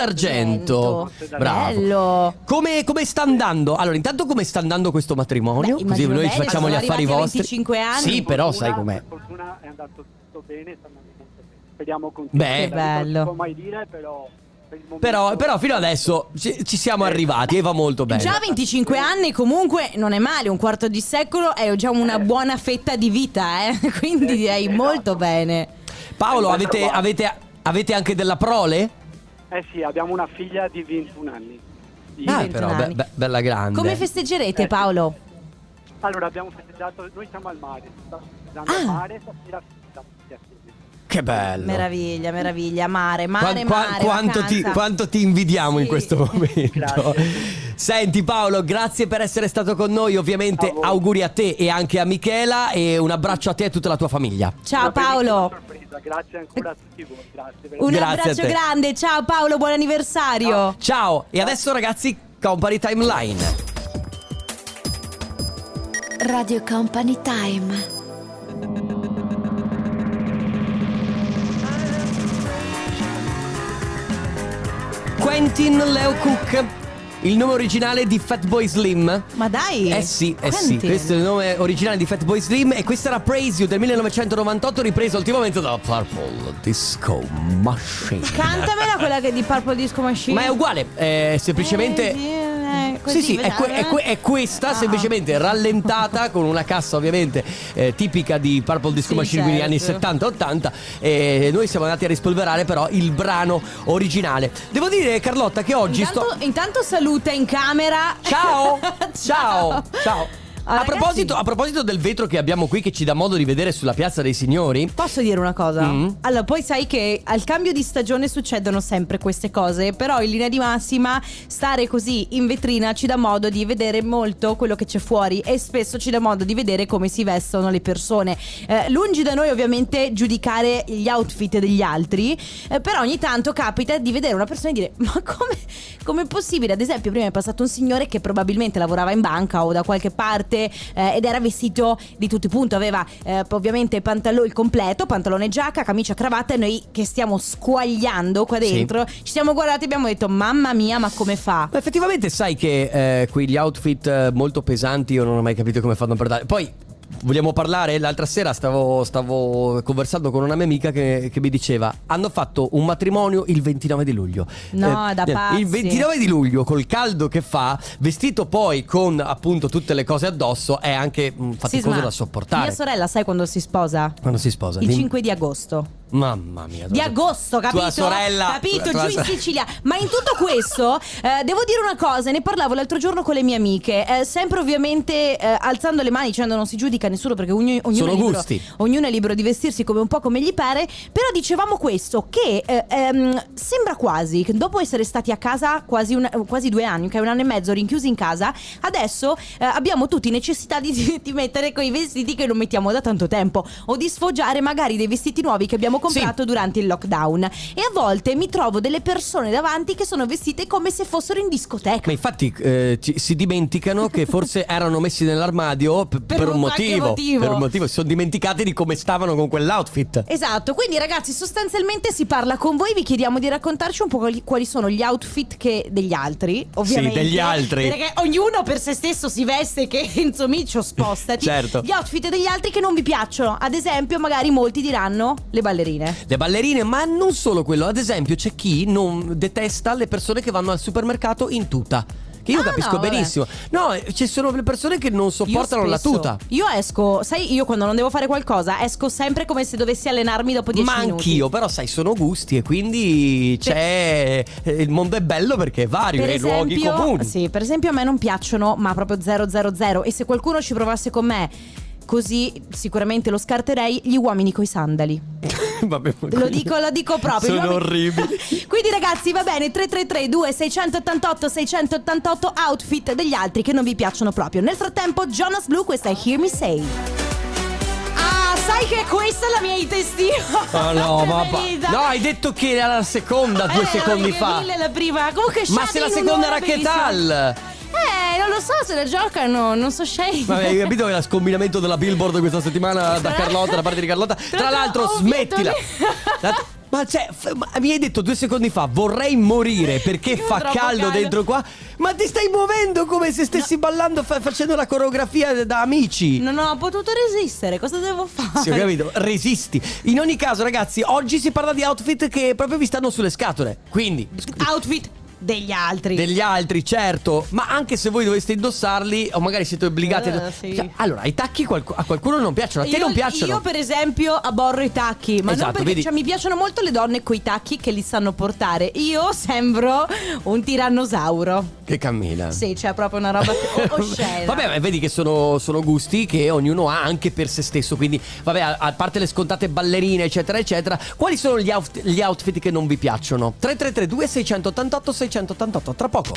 S1: d'argento.
S9: Nozze d'argento.
S1: Bravo.
S2: Bello.
S1: Come, come sta andando? Allora, intanto come sta andando questo matrimonio? Così
S2: Beh, immagino
S1: noi ci
S2: bene,
S1: facciamo gli
S2: sono
S1: affari
S2: arrivati a
S1: vostri.
S2: 25 anni.
S1: Sì, però sai
S9: Fortuna-
S1: com'è.
S9: Per fortuna è andato tutto bene, sta andando molto bene. Speriamo con
S1: Beh.
S2: Che bello.
S9: Non si può mai dire, però per il momento-
S1: Però, però fino adesso ci, ci siamo
S9: Eh.
S1: arrivati e va molto bene.
S2: Già 25 anni comunque non è male, un quarto di secolo è già una
S1: Eh.
S2: buona fetta di vita, eh? quindi
S9: Eh,
S2: direi
S9: esatto.
S2: molto bene.
S1: Paolo,
S9: Eh,
S1: avete,
S9: guarda qua.
S1: avete, avete anche della prole?
S9: Eh sì, abbiamo una figlia di 21 anni. Di-
S1: Ah,
S2: 21
S1: però,
S2: anni.
S1: be- be- bella grande.
S2: Come festeggerete
S9: Eh,
S2: Paolo?
S9: Allora, abbiamo festeggiato, noi siamo al mare, stiamo festeggiando al
S2: Ah.
S9: mare, stasera festeggiamo tutti assieme.
S1: che bello.
S2: Meraviglia, meraviglia, mare,
S1: Qua-
S2: mare,
S1: qua-
S2: mare.
S1: quanto, ti,
S2: vacanza.
S1: quanto ti invidiamo in
S2: Sì.
S1: questo momento.
S9: Grazie.
S1: Senti Paolo, grazie per essere stato con noi. Ovviamente
S9: A voi.
S1: auguri a te e anche a Michela e un abbraccio a te e a tutta la tua famiglia.
S2: Ciao
S9: Una bellissima
S2: Paolo,
S9: sorpresa, Grazie ancora a tutti voi, grazie. veramente.
S2: un
S1: Grazie a
S2: abbraccio
S1: te.
S2: grande, ciao Paolo, buon anniversario.
S1: Ciao e adesso ragazzi Company Timeline.
S8: Radio Company Time.
S1: Quentin Leo Cook, il nome originale di Fatboy Slim.
S2: Ma dai!
S1: Eh sì, eh sì,
S2: Quentin.
S1: questo è il nome originale di Fatboy Slim e questa era Praise You del 1998 ripreso ultimamente da Purple Disco Machine.
S2: Cantamela quella che è di Purple Disco Machine.
S1: Ma è uguale, eh, semplicemente...
S2: Eh, sì, eh,
S1: Sì,
S2: così,
S1: sì, è, que- è que- è questa,
S2: Ah.
S1: semplicemente rallentata con una cassa ovviamente eh, tipica di Purple Disco
S2: Sì,
S1: Machine, quindi
S2: certo.
S1: anni 70-80. E noi siamo andati a rispolverare però il brano originale. Devo dire, Carlotta, che oggi
S2: Intanto,
S1: sto.
S2: intanto saluta in camera.
S1: Ciao! Ciao! Ciao!
S2: Ah,
S1: a,
S2: ragazzi,
S1: proposito, a proposito del vetro che abbiamo qui, che ci dà modo di vedere sulla piazza dei signori,
S2: Eh, Posso dire una cosa?
S1: Mm.
S2: Allora, poi sai che al cambio di stagione succedono sempre queste cose, però in linea di massima stare così in vetrina ci dà modo di vedere molto quello che c'è fuori e spesso ci dà modo di vedere come si vestono le persone. Eh, lungi da noi ovviamente giudicare gli outfit degli altri, eh, però ogni tanto capita di vedere una persona e dire ma come, come è possibile? Ad esempio prima è passato un signore che probabilmente lavorava in banca o da qualche parte eh, ed era vestito di tutti i punti, aveva eh, ovviamente pantalo- il completo, pantalone e giacca, camicia, cravatta e noi che stiamo squagliando qua
S1: Sì.
S2: dentro ci siamo guardati e abbiamo detto mamma mia ma come fa?
S1: Ma effettivamente sai che eh, quegli outfit eh, molto pesanti io non ho mai capito come fanno per dare. Poi vogliamo parlare? L'altra sera stavo, stavo conversando con una mia amica che, che mi diceva: hanno fatto un matrimonio il 29 di luglio. Eh,
S2: No, da pazzi.
S1: Il 29 di luglio, col caldo che fa, vestito poi con appunto tutte le cose addosso, è anche mh, faticoso
S2: Sisma,
S1: da sopportare.
S2: Mia sorella sai quando si sposa?
S1: Quando si sposa?
S2: Il
S1: Dim-
S2: 5 di agosto.
S1: Mamma mia.
S2: di
S1: tua-
S2: agosto, capito?
S1: Tua sorella.
S2: Capito,
S1: tua
S2: giù in
S1: sorella-
S2: Sicilia. Ma in tutto questo, eh, devo dire una cosa, ne parlavo l'altro giorno con le mie amiche, eh, sempre ovviamente eh, alzando le mani dicendo non si giudica nessuno perché ogni- ognuno,
S1: Sono
S2: è libero,
S1: gusti.
S2: ognuno è libero di vestirsi come un po' come gli pare, però dicevamo questo, che eh, ehm, sembra quasi che dopo essere stati a casa quasi, un- quasi due anni, che è un anno e mezzo rinchiusi in casa, adesso eh, abbiamo tutti necessità di, di mettere quei vestiti che non mettiamo da tanto tempo o di sfoggiare magari dei vestiti nuovi che abbiamo comprato durante il lockdown. E a volte mi trovo delle persone davanti che sono vestite come se fossero in discoteca.
S1: Ma infatti eh, ci- si dimenticano che forse erano messi nell'armadio p- per,
S2: Per
S1: un
S2: un qualche
S1: motivo,
S2: motivo.
S1: Per un motivo, si sono dimenticati di come stavano con quell'outfit.
S2: Esatto, quindi ragazzi sostanzialmente si parla con voi, vi chiediamo di raccontarci un po' quali, quali sono gli outfit che degli altri, ovviamente.
S1: degli altri.
S2: Perché ognuno per se stesso si veste che Enzo Miccio spostati.
S1: Certo.
S2: Gli outfit degli altri che non vi piacciono, ad esempio magari molti diranno le ballerine.
S1: Le ballerine, ma non solo quello. Ad esempio, c'è chi non detesta le persone che vanno al supermercato in tuta. Che io
S2: Ah,
S1: capisco
S2: no, vabbè.
S1: benissimo. No, eh, ci sono le persone che non
S2: Io
S1: sopportano la
S2: spesso-
S1: tuta.
S2: Io esco, sai, io quando non devo fare qualcosa, esco sempre come se dovessi allenarmi dopo 10
S1: Ma
S2: minuti.
S1: anch'io, però, sai, sono gusti e quindi c'è. eh, Il mondo è bello perché è vario,
S2: per
S1: e i luoghi
S2: esempio,
S1: comuni.
S2: Sì, per esempio a me non piacciono, ma proprio 000 e se qualcuno ci provasse con me Così sicuramente lo scarterei gli uomini coi sandali.
S1: Vabbè, ma
S2: Lo
S1: quelli-
S2: dico, lo dico proprio. gli
S1: Sono
S2: uomini-
S1: orribili.
S2: Quindi ragazzi, va bene, 333 2688 688 outfit degli altri che non vi piacciono proprio. Nel frattempo Jonas Blue, questa è Hear Me Say. Ah, sai che questa è la mia intestina.
S1: Oh no, ma
S2: preferita.
S1: No, hai detto che era la seconda due
S2: Eh,
S1: secondi
S2: perché
S1: fa.
S2: mille la prima. Comunque
S1: Ma
S2: Shadi
S1: se la
S2: in
S1: seconda
S2: un'ora
S1: era che
S2: benissimo.
S1: tal?
S2: Eh, non non lo so se la giocano, non so scegliere.
S1: Vabbè, hai capito che era scombinamento della Billboard questa settimana da Carlotta, da parte di Carlotta. Tra l'altro,
S2: ho vinto
S1: smettila.
S2: lì.
S1: Tra- Ma cioè, f- ma mi hai detto due secondi fa, vorrei morire perché
S2: Io
S1: fa
S2: troppo
S1: caldo
S2: caldo.
S1: dentro qua. Ma ti stai muovendo come se stessi ballando, fa- facendo la coreografia da amici.
S2: Non ho potuto resistere, cosa devo fare?
S1: Sì, ho capito, resisti. In ogni caso, ragazzi, oggi si parla di outfit che proprio vi stanno sulle scatole. Quindi,
S2: Outfit degli altri.
S1: degli altri, certo, ma anche se voi doveste indossarli o magari siete obbligati a- Cioè,
S2: Eh, sì.
S1: Allora, i tacchi qualcu- a qualcuno non piacciono, a te
S2: Io-
S1: non piacciono.
S2: Io, per esempio, aborro i tacchi. Ma
S1: Esatto,
S2: non perché
S1: vedi.
S2: cioè, mi piacciono molto le donne coi tacchi che li sanno portare. Io sembro un tirannosauro.
S1: Che cammina.
S2: Sì, c'è proprio una roba o- oscena.
S1: Vabbè, ma vedi che sono, sono gusti che ognuno ha anche per se stesso. Quindi, vabbè, a, a parte le scontate ballerine, eccetera, eccetera, quali sono gli, out- gli outfit che non vi piacciono? 3332 688 688 tra poco.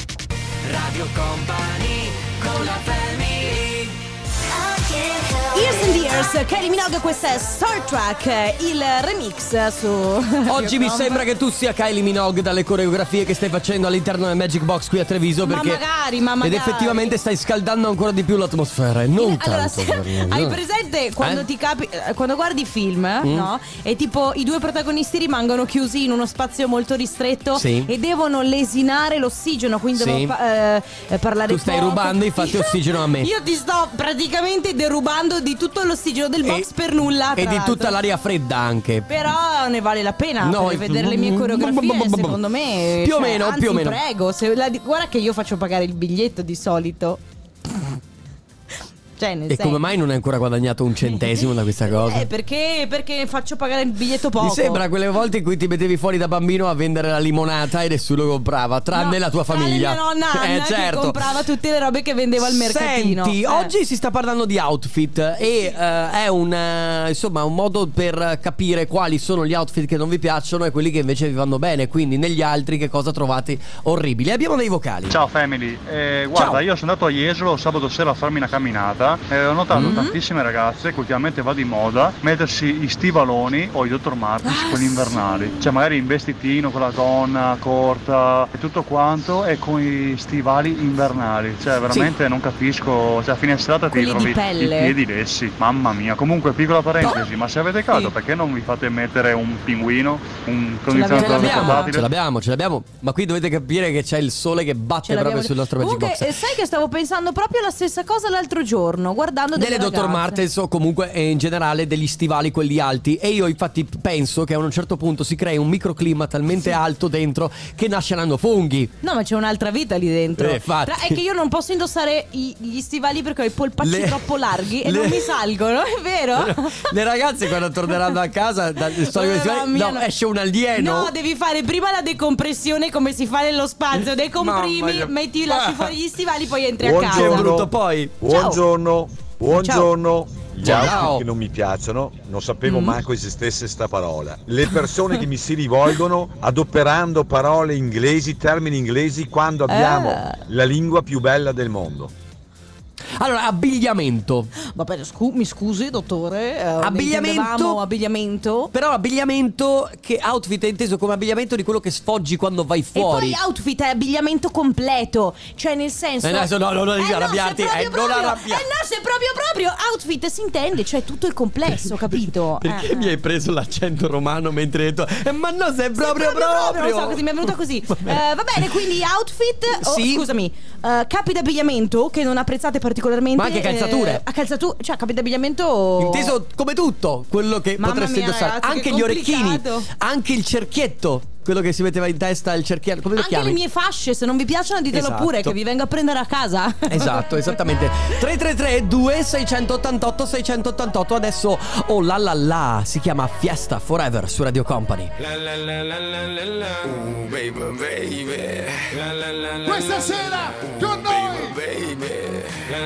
S2: Years and Years, Kelly Minogue, questa è Star Trek, eh, il remix su.
S1: Oggi mi
S2: Mamma-
S1: sembra che tu sia Kylie Minogue dalle coreografie che stai facendo all'interno del Magic Box qui a Treviso
S2: Ma
S1: perché
S2: magari, ma magari.
S1: Ed effettivamente stai scaldando ancora di più l'atmosfera e non
S2: Allora,
S1: tanto.
S2: se-
S1: Carolina.
S2: hai presente quando
S1: Eh? Mm.
S2: ti capi eh, quando guardi film, no? E tipo i due protagonisti rimangono chiusi in uno spazio molto ristretto
S1: Sì.
S2: e devono lesinare l'ossigeno, quindi
S1: Sì.
S2: devono pa- eh, eh, parlare
S1: Tu stai
S2: poco.
S1: rubando, infatti, ossigeno a me.
S2: Io ti sto praticamente derubando di tutto l'ossigeno del box
S1: E-
S2: per nulla
S1: E
S2: tra
S1: di
S2: l'altro.
S1: tutta l'aria fredda anche.
S2: Però ne vale la pena
S1: No, mm,
S2: per vedere le mie coreografie, secondo me.
S1: Più o
S2: cioè,
S1: meno,
S2: anzi,
S1: più o meno.
S2: prego, se la- guarda che io faccio pagare il biglietto di solito. Cioè, nel
S1: E
S2: senso-
S1: come mai non hai ancora guadagnato un centesimo da questa cosa?
S2: Eh, perché, perché faccio pagare il biglietto poco.
S1: Mi sembra quelle volte in cui ti mettevi fuori da bambino a vendere la limonata e nessuno comprava, tranne
S2: No,
S1: la tua
S2: tranne
S1: famiglia.
S2: mia Eh, nonna Anna
S1: eh, certo.
S2: che comprava tutte le robe che vendevo al mercatino.
S1: Senti,
S2: Eh.
S1: oggi si sta parlando di outfit e eh, è un, eh, insomma, un modo per capire quali sono gli outfit che non vi piacciono e quelli che invece vi vanno bene, quindi negli altri che cosa trovate orribili. Abbiamo dei vocali.
S10: Ciao family, Eh, guarda
S1: Ciao.
S10: io sono andato a Jesolo sabato sera a farmi una camminata e ho notato
S2: Mm.
S10: tantissime ragazze che ultimamente va di moda mettersi i stivaloni o i Dr. Martens,
S2: Ah,
S10: quelli invernali, cioè magari in vestitino con la gonna corta e tutto quanto e con i stivali invernali, cioè veramente non capisco, cioè a fine serata ti
S2: Quelli di
S10: trovi i
S2: pelle.
S10: piedi lessi, mamma mia, comunque piccola parentesi, ma se avete caldo
S1: Sì.
S10: perché non vi fate mettere un pinguino, un
S1: Ce
S10: condizionatore
S1: l'abbiamo, ce
S10: portatile?
S1: l'abbiamo, ce l'abbiamo. Ma qui dovete capire che c'è il sole che
S2: Ce
S1: batte
S2: l'abbiamo-
S1: proprio sul nostro Magic
S2: Comunque,
S1: Box.
S2: eh, sai che stavo pensando proprio la stessa cosa l'altro giorno, guardando delle,
S1: delle Dr.
S2: ragazze.
S1: Martens o comunque eh, in generale degli stivali quelli alti e io infatti penso che a un certo punto si crei un microclima talmente alto dentro che nasceranno funghi
S2: No, ma c'è un'altra vita lì dentro.
S1: Eh, infatti.
S2: Tra- è che io non posso indossare i- gli stivali perché ho i polpacci
S1: Le-
S2: troppo larghi e
S1: le-
S2: non mi salgono, è vero?
S1: le ragazze quando torneranno a casa dal dal solito
S2: Mamma
S1: stivale,
S2: mia,
S1: no, esce un alieno
S2: No, devi fare prima la decompressione come si fa nello spazio. Decomprimi,
S1: Mamma mia.
S2: metti, lasci fuori gli stivali, poi entri a
S1: che
S2: casa.
S1: brutto poi
S2: Oh.
S11: Buongiorno, buongiorno. Gli
S1: Ciao.
S11: altri che non mi piacciono, non sapevo
S2: Mm.
S11: manco esistesse sta parola. Le persone che mi si rivolgono adoperando parole inglesi, termini inglesi, quando abbiamo
S2: Eh.
S11: la lingua più bella del mondo.
S1: allora abbigliamento
S2: Vabbè, scu- mi scusi, dottore. eh,
S1: Abbigliamento-
S2: intendevamo abbigliamento.
S1: però abbigliamento che outfit è inteso come abbigliamento di quello che sfoggi quando vai fuori
S2: E poi outfit è abbigliamento completo, cioè nel senso
S1: Eh, adesso no, no, no,
S2: Eh
S1: devi arrabbiarti,
S2: se proprio,
S1: eh, non
S2: proprio-
S1: arrabbiarti.
S2: Eh no, se proprio proprio outfit si intende, cioè tutto il complesso, capito?
S1: perché
S2: Eh,
S1: mi hai preso l'accento romano mentre hai detto "Eh, ma no sei proprio
S2: Proprio, proprio,
S1: proprio
S2: non so così, mi è venuta così.
S1: Va
S2: Eh,
S1: bene.
S2: va bene, quindi outfit, oh,
S1: Sì.
S2: scusami, eh, capi d'abbigliamento che non apprezzate particolarmente.
S1: Ma anche calzature.
S2: eh, a calzature, cioè capi d'abbigliamento.
S1: Oh. Inteso come tutto quello che
S2: Mamma
S1: potresti
S2: mia,
S1: indossare,
S2: ragazzi,
S1: anche
S2: che
S1: gli orecchini,
S2: complicato.
S1: anche il cerchietto, quello che si metteva in testa, il cerchietto, come lo
S2: Anche
S1: chiami?
S2: le mie fasce, se non vi piacciono ditelo
S1: Esatto.
S2: pure che vi vengo a prendere a casa.
S1: Esatto, esattamente. 333 2688 688 adesso oh la la la, si chiama Fiesta Forever su Radio Company.
S3: Questa sera con noi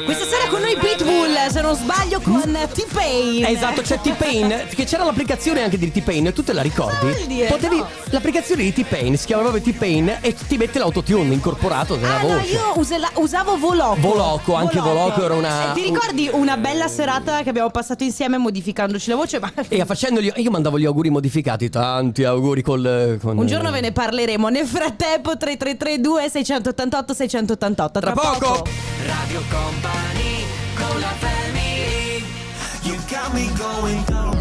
S2: Questa sera con noi Pitbull, se non sbaglio, con T-Pain.
S1: Esatto, c'è T-Pain, che c'era l'applicazione anche di T-Pain, tu te la ricordi?
S2: Cosa vuol dire?
S1: Potevi
S2: No.
S1: l'applicazione canzone di T-Pain, si chiama proprio T-Pain e ti mette l'autotune incorporato nella
S2: Ah no,
S1: voce.
S2: io usela- usavo Voloco.
S1: Voloco, anche Voloco era una-
S2: Eh, Ti ricordi una bella serata che abbiamo passato insieme modificandoci la voce? Ma
S1: E facendogli, io mandavo gli auguri modificati, tanti auguri col... con-
S2: un giorno ve ne parleremo. Nel frattempo 3332 688 688. Tra,
S1: Tra poco.
S3: Radio Company con la family. You got me going down.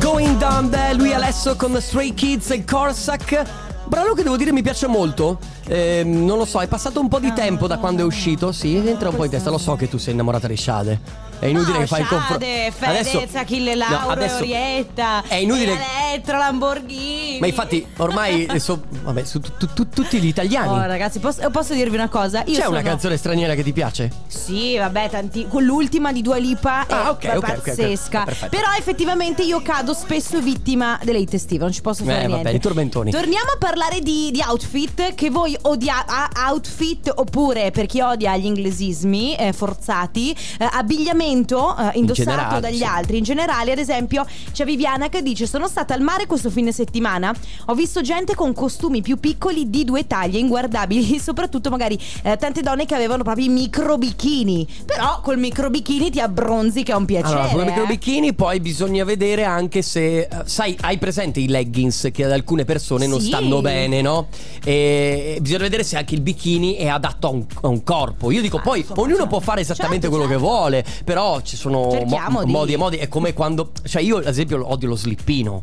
S1: Going Down There, lui Alesso con Stray Kids e Corsac. Brano che devo dire mi piace molto. Ehm, non lo so, è passato un po'
S2: Ah,
S1: di tempo da quando è uscito. Sì, entra un po' in testa. Lo so che tu sei innamorata di Shade. È inutile
S2: No,
S1: che fai il confronto.
S2: Sade, Fedez, Achille
S1: no,
S2: Lauro,
S1: adesso-
S2: Orietta.
S1: È inutile-
S2: Elettro, Lamborghini.
S1: Ma infatti, ormai eh, so- vabbè, su tu- tu- tu- tutti gli italiani.
S2: Oh, ragazzi, posso, posso dirvi una cosa? Io
S1: C'è
S2: sono...
S1: una canzone straniera che ti piace?
S2: Sì, vabbè, tanti. Con l'ultima di Dua Lipa è
S1: Ah, ok, ok, ok, ok.
S2: pazzesca.
S1: Perfetto.
S2: Però effettivamente io cado spesso vittima delle hate estive, non ci posso fare
S1: eh,
S2: niente.
S1: vabbè, i tormentoni.
S2: Torniamo a parlare di, di outfit che voi odiate, outfit oppure per chi odia gli inglesismi eh, forzati, eh, abbigliamento eh, indossato
S1: generale,
S2: dagli
S1: sì.
S2: altri. In generale, ad esempio, c'è Viviana che dice sono stata al mare questo fine settimana, ho visto gente con costumi più piccoli di due taglie inguardabili, soprattutto magari eh, tante donne che avevano proprio i micro bichini, però col micro bichini ti abbronzi che è un piacere.
S1: Allora, con i
S2: eh.
S1: microbichini poi bisogna vedere anche se, eh, sai, hai presente i leggings che ad alcune persone non
S2: Sì.
S1: stanno bene, no? E bisogna vedere se anche il bikini è adatto a un, a un corpo. Io
S2: Ah,
S1: dico, poi ognuno
S2: cioè,
S1: può fare esattamente quello che vuole, però ci sono
S2: certo, Cerchiamo di-
S1: modi e modi. È come quando, cioè io ad esempio odio lo slippino.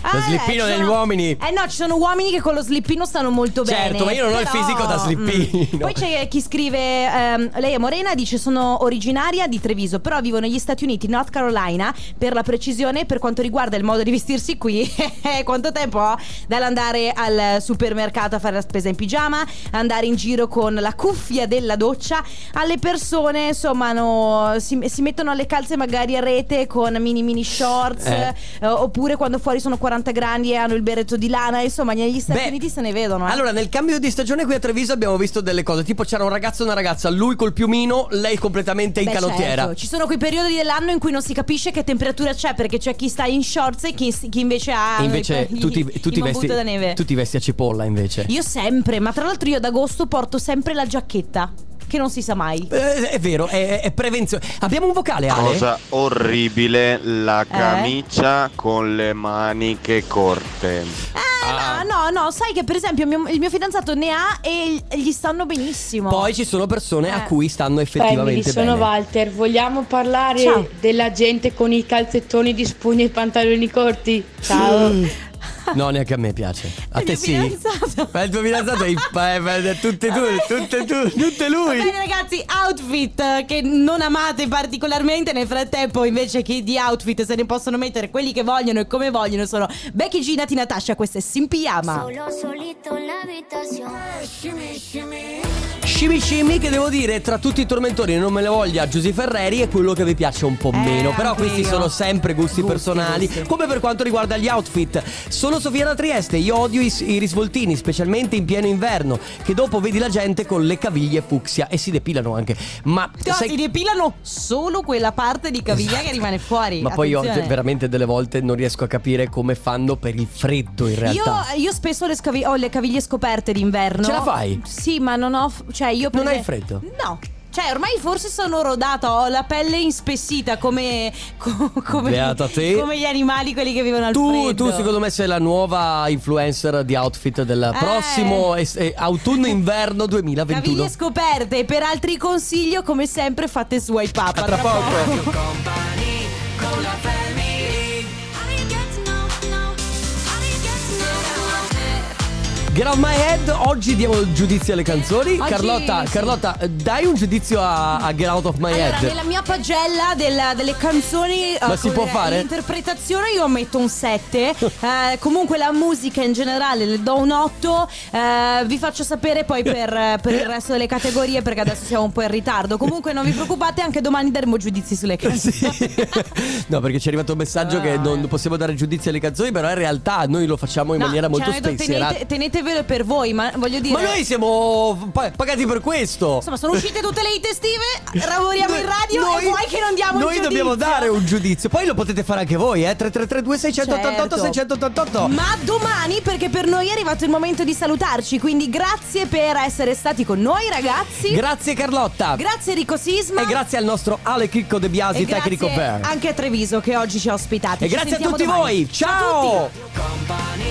S2: Ah,
S1: lo slippino
S2: eh, ci
S1: degli
S2: sono-
S1: uomini.
S2: Eh no, ci sono uomini che con lo slippino stanno molto bene.
S1: Certo, ma io non ho il
S2: però-
S1: fisico da slippino.
S2: Poi c'è chi scrive: ehm, Lei è morena, dice sono originaria di Treviso, però vivo negli Stati Uniti, North Carolina. Per la precisione, per quanto riguarda il modo di vestirsi qui, eh, quanto tempo ho dall'andare al supermercato a fare la spesa in pigiama, andare in giro con la cuffia della doccia. Alle persone, insomma, no, si, si mettono le calze magari a rete con mini mini shorts.
S1: Eh.
S2: Eh, oppure quando fuori sono 40 grandi e hanno il berretto di lana, insomma, negli Stati
S1: Beh,
S2: Uniti se ne vedono. eh.
S1: Allora, nel cambio di stagione qui a Treviso abbiamo visto delle cose, tipo c'era un ragazzo e una ragazza, lui col piumino, lei completamente in
S2: Beh,
S1: canottiera.
S2: certo. Ci sono quei periodi dell'anno in cui non si capisce che temperatura c'è, perché c'è chi sta in shorts e chi, chi invece ha
S1: E invece
S2: i-
S1: tu ti,
S2: i-
S1: tu ti
S2: il
S1: vesti,
S2: mammut da neve.
S1: tu ti vesti a cipolla invece.
S2: Io sempre, ma tra l'altro io ad agosto porto sempre la giacchetta, che non si sa mai.
S1: Eh, è vero, è, è prevenzione. Abbiamo un vocale, Ale?
S12: Cosa orribile la
S2: camicia
S12: con le maniche corte.
S2: Ah, no, no, sai che per esempio mio- il mio fidanzato ne ha e gli stanno benissimo.
S1: Poi ci sono persone a cui stanno
S13: Family,
S1: effettivamente
S13: sono
S1: bene.
S13: Walter, vogliamo parlare
S2: Ciao.
S13: della gente con i calzettoni di spugna e i pantaloni corti? Ciao.
S1: No, neanche a me piace. A te sì. Ma il tuo fidanzato è, eh, è, è tutte tu, tutte tu, tutte lui.
S2: Va bene ragazzi, outfit eh, che non amate particolarmente, nel frattempo invece che di outfit se ne possono mettere quelli che vogliono e come vogliono sono Becky G, Nati Natasha, questa è Simpiama.
S14: Solo solito en la habitación.
S1: Scimi scimi che devo dire tra tutti i tormentori non me le voglia Giuseppe Ferreri è quello che vi piace un po' meno Però
S2: anche
S1: questi
S2: io.
S1: sono sempre gusti, personali
S2: Eh, gusti.
S1: Come per quanto riguarda gli outfit Sono Sofia da Trieste, io odio i, i risvoltini specialmente in pieno inverno Che dopo vedi la gente con le caviglie fucsia e si depilano anche Ma
S2: No,
S1: sai- Esatto.
S2: si depilano solo quella parte di caviglia che rimane fuori.
S1: ma poi io
S2: Attenzione.
S1: veramente delle volte non riesco a capire come fanno per il freddo in realtà
S2: Io, io spesso le scavi- ho le caviglie scoperte d'inverno.
S1: Ce la fai?
S2: Sì, ma non ho. Cioè, io per
S1: Non hai
S2: esempio-
S1: freddo?
S2: No. Cioè, ormai forse sono rodata, ho la pelle inspessita come. co- come
S1: Beata te.
S2: Come gli animali, quelli che vivono al
S1: Tu,
S2: freddo.
S1: tu secondo me sei la nuova influencer di outfit del prossimo es- eh, autunno-inverno 2021.
S2: Caviglie scoperte. Per altri consiglio, come sempre, fate swipe up. A tra
S1: poco.
S3: Con la family.
S1: Get out my head, oggi diamo giudizio alle canzoni.
S2: Oggi
S1: Carlotta,
S2: sì.
S1: Carlotta, eh, dai un giudizio a, a Get out of my
S2: Allora,
S1: head.
S2: nella mia pagella della- delle canzoni
S1: Ma
S2: eh,
S1: si può
S2: con
S1: fare?
S2: l'interpretazione io metto un 7. eh, comunque la musica in generale le do un 8. eh, vi faccio sapere poi per, eh, per il resto delle categorie perché adesso siamo un po' in ritardo. Comunque non vi preoccupate, anche domani daremo giudizi sulle canzoni.
S1: No, perché ci è arrivato un messaggio che non possiamo dare giudizio alle canzoni, però in realtà noi lo facciamo in
S2: Ah. No,
S1: maniera
S2: ci
S1: molto
S2: hanno detto,
S1: spensierata.
S2: tenete, tenete vero per voi, ma voglio dire.
S1: Ma noi siamo pa- pagati per questo.
S2: Insomma, sono uscite tutte le hit estive, lavoriamo in radio
S1: Noi-
S2: e vuoi che non diamo
S1: Noi
S2: il giudizio?
S1: dobbiamo dare un giudizio. Poi lo potete fare anche voi, eh? 3332 688
S2: Certo.
S1: 688.
S2: Ma domani, perché per noi è arrivato il momento di salutarci, quindi grazie per essere stati con noi ragazzi.
S1: Grazie Carlotta.
S2: Grazie Enrico Sisma.
S1: e grazie al nostro Ale Chicco De Biasi,
S2: E
S1: tecnico
S2: grazie
S1: per.
S2: anche a Treviso che oggi ci ha ospitati.
S1: E
S2: Ci
S1: grazie a
S2: sentiamo
S1: tutti
S2: domani.
S1: voi.
S2: Ciao a tutti.
S1: Ciao.
S3: Company